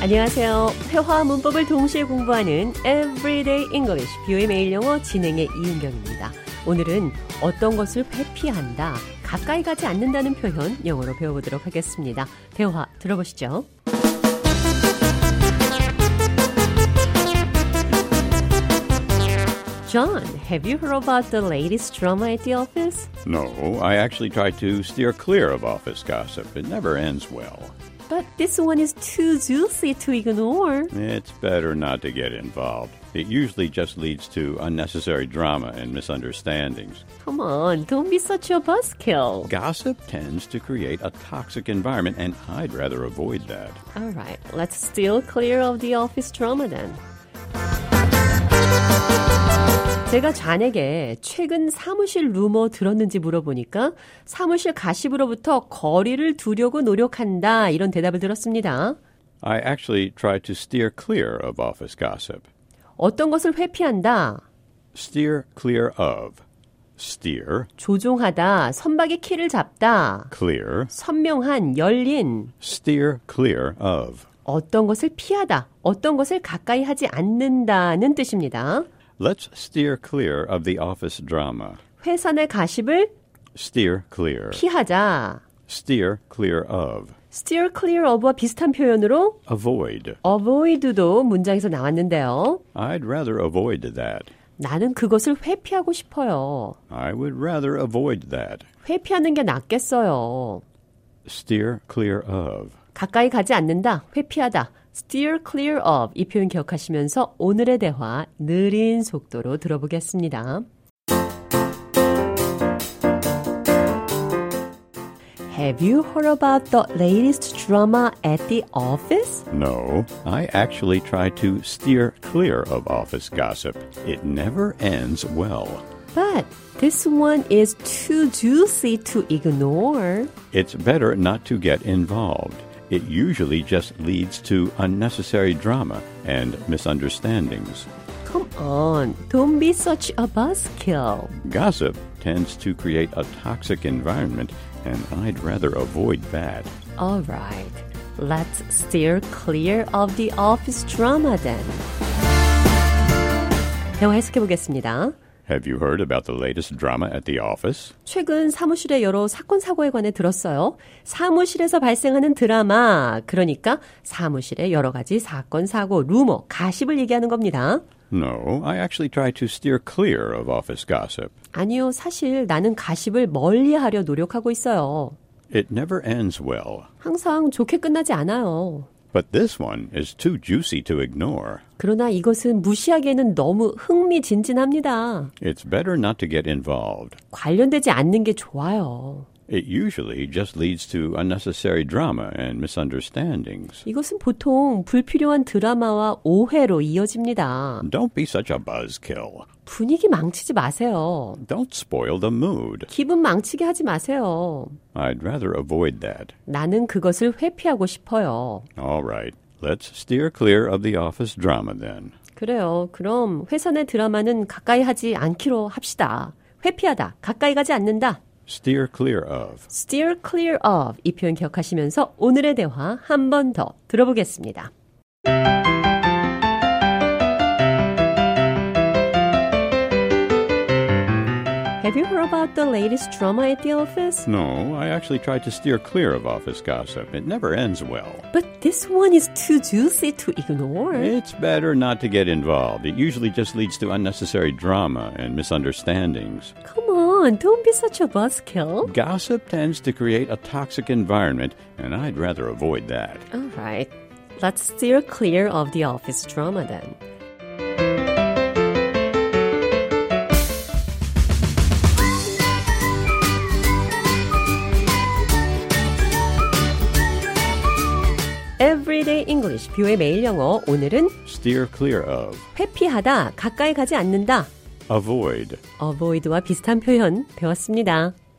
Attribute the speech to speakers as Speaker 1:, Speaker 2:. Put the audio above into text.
Speaker 1: 안녕하세요. 회화와 문법을 동시에 공부하는 Everyday English 뷰의 매일 영어 진행의 이은경입니다. 오늘은 어떤 것을 회피한다, 가까이 가지 않는다는 표현 영어로 배워보도록 하겠습니다. 대화 들어보시죠. John, have you heard about the latest drama at the office?
Speaker 2: No, I actually try to steer clear of office gossip. It never ends well.
Speaker 1: But this one is too juicy to ignore.
Speaker 2: It's better not to get involved. It usually just leads to unnecessary drama and misunderstandings.
Speaker 1: Come on, don't be such a buzzkill.
Speaker 2: Gossip tends to create a toxic environment, and I'd rather avoid that.
Speaker 1: All right, let's steal clear of the office drama then. 제가 잔에게 최근 사무실 루머 들었는지 물어보니까 사무실 가십으로부터 거리를 두려고 노력한다 이런 대답을 들었습니다.
Speaker 2: I actually try to steer clear of office gossip.
Speaker 1: 어떤 것을 회피한다,
Speaker 2: Steer clear of. Steer
Speaker 1: 조종하다, 선박의 키를 잡다,
Speaker 2: clear.
Speaker 1: 선명한, 열린,
Speaker 2: Steer clear of.
Speaker 1: 어떤 것을 피하다, 어떤 것을 가까이 하지 않는다는 뜻입니다.
Speaker 2: Let's steer clear of the office drama.
Speaker 1: 회사 내 가십을
Speaker 2: Steer clear.
Speaker 1: 피하자.
Speaker 2: Steer clear of.
Speaker 1: steer clear of와 비슷한 표현으로
Speaker 2: Avoid.
Speaker 1: avoid도 문장에서 나왔는데요.
Speaker 2: I'd rather avoid that.
Speaker 1: 나는 그것을 회피하고 싶어요.
Speaker 2: I would rather avoid that.
Speaker 1: 회피하는 게 낫겠어요.
Speaker 2: Steer clear of.
Speaker 1: 가까이 가지 않는다, 회피하다. steer clear of 이 표현 기억하시면서 오늘의 대화 느린 속도로 들어보겠습니다. Have you heard about the latest drama at the office?
Speaker 2: No, I actually try to steer clear of office gossip. It never ends well.
Speaker 1: But this one is too juicy to ignore.
Speaker 2: It's better not to get involved. It usually just leads to unnecessary drama and misunderstandings.
Speaker 1: Come on, don't be such a buzzkill.
Speaker 2: Gossip tends to create a toxic environment, and I'd rather avoid that.
Speaker 1: All right, let's steer clear of the office drama then. 대화 해석해 보겠습니다.
Speaker 2: Have you heard about the latest drama at the office?
Speaker 1: 최근 사무실의 여러 사건 사고에 관해 들었어요. 사무실에서 발생하는 드라마, 그러니까 사무실의 여러 가지 사건 사고, 루머, 가십을 얘기하는 겁니다.
Speaker 2: No, I actually try to steer clear of office gossip.
Speaker 1: 아니요, 사실 나는 가십을 멀리하려 노력하고 있어요.
Speaker 2: It never ends well.
Speaker 1: 항상 좋게 끝나지 않아요.
Speaker 2: But this one is too juicy to ignore.
Speaker 1: 그러나 이것은 무시하기에는 너무 흥미진진합니다.
Speaker 2: It's better not to get involved.
Speaker 1: 관련되지 않는 게 좋아요.
Speaker 2: It usually just leads to unnecessary drama and misunderstandings.
Speaker 1: 이것은 보통 불필요한 드라마와 오해로 이어집니다.
Speaker 2: Don't be such a buzzkill.
Speaker 1: 분위기 망치지 마세요.
Speaker 2: Don't spoil the mood.
Speaker 1: 기분 망치게 하지 마세요.
Speaker 2: I'd rather avoid that.
Speaker 1: 나는 그것을 회피하고 싶어요.
Speaker 2: All right, let's steer clear of the office drama then.
Speaker 1: 그래요. 그럼 회사 내 드라마는 가까이 하지 않기로 합시다. 회피하다. 가까이 가지 않는다.
Speaker 2: Steer clear of.
Speaker 1: steer clear of 이 표현 기억하시면서 오늘의 대화 한 번 더 들어보겠습니다. Have you heard about the latest drama at the office?
Speaker 2: No, I actually tried to steer clear of office gossip. It never ends well.
Speaker 1: But this one is too juicy to ignore.
Speaker 2: It's better not to get involved. It usually just leads to unnecessary drama and misunderstandings.
Speaker 1: Come on, don't be such a buzzkill.
Speaker 2: Gossip tends to create a toxic environment, and I'd rather avoid that.
Speaker 1: Alright, let's steer clear of the office drama then. Everyday English, 뷰의 매일 영어. 오늘은
Speaker 2: Steer clear of,
Speaker 1: 회피하다, 가까이 가지 않는다.
Speaker 2: avoid,
Speaker 1: avoid와 비슷한 표현 배웠습니다.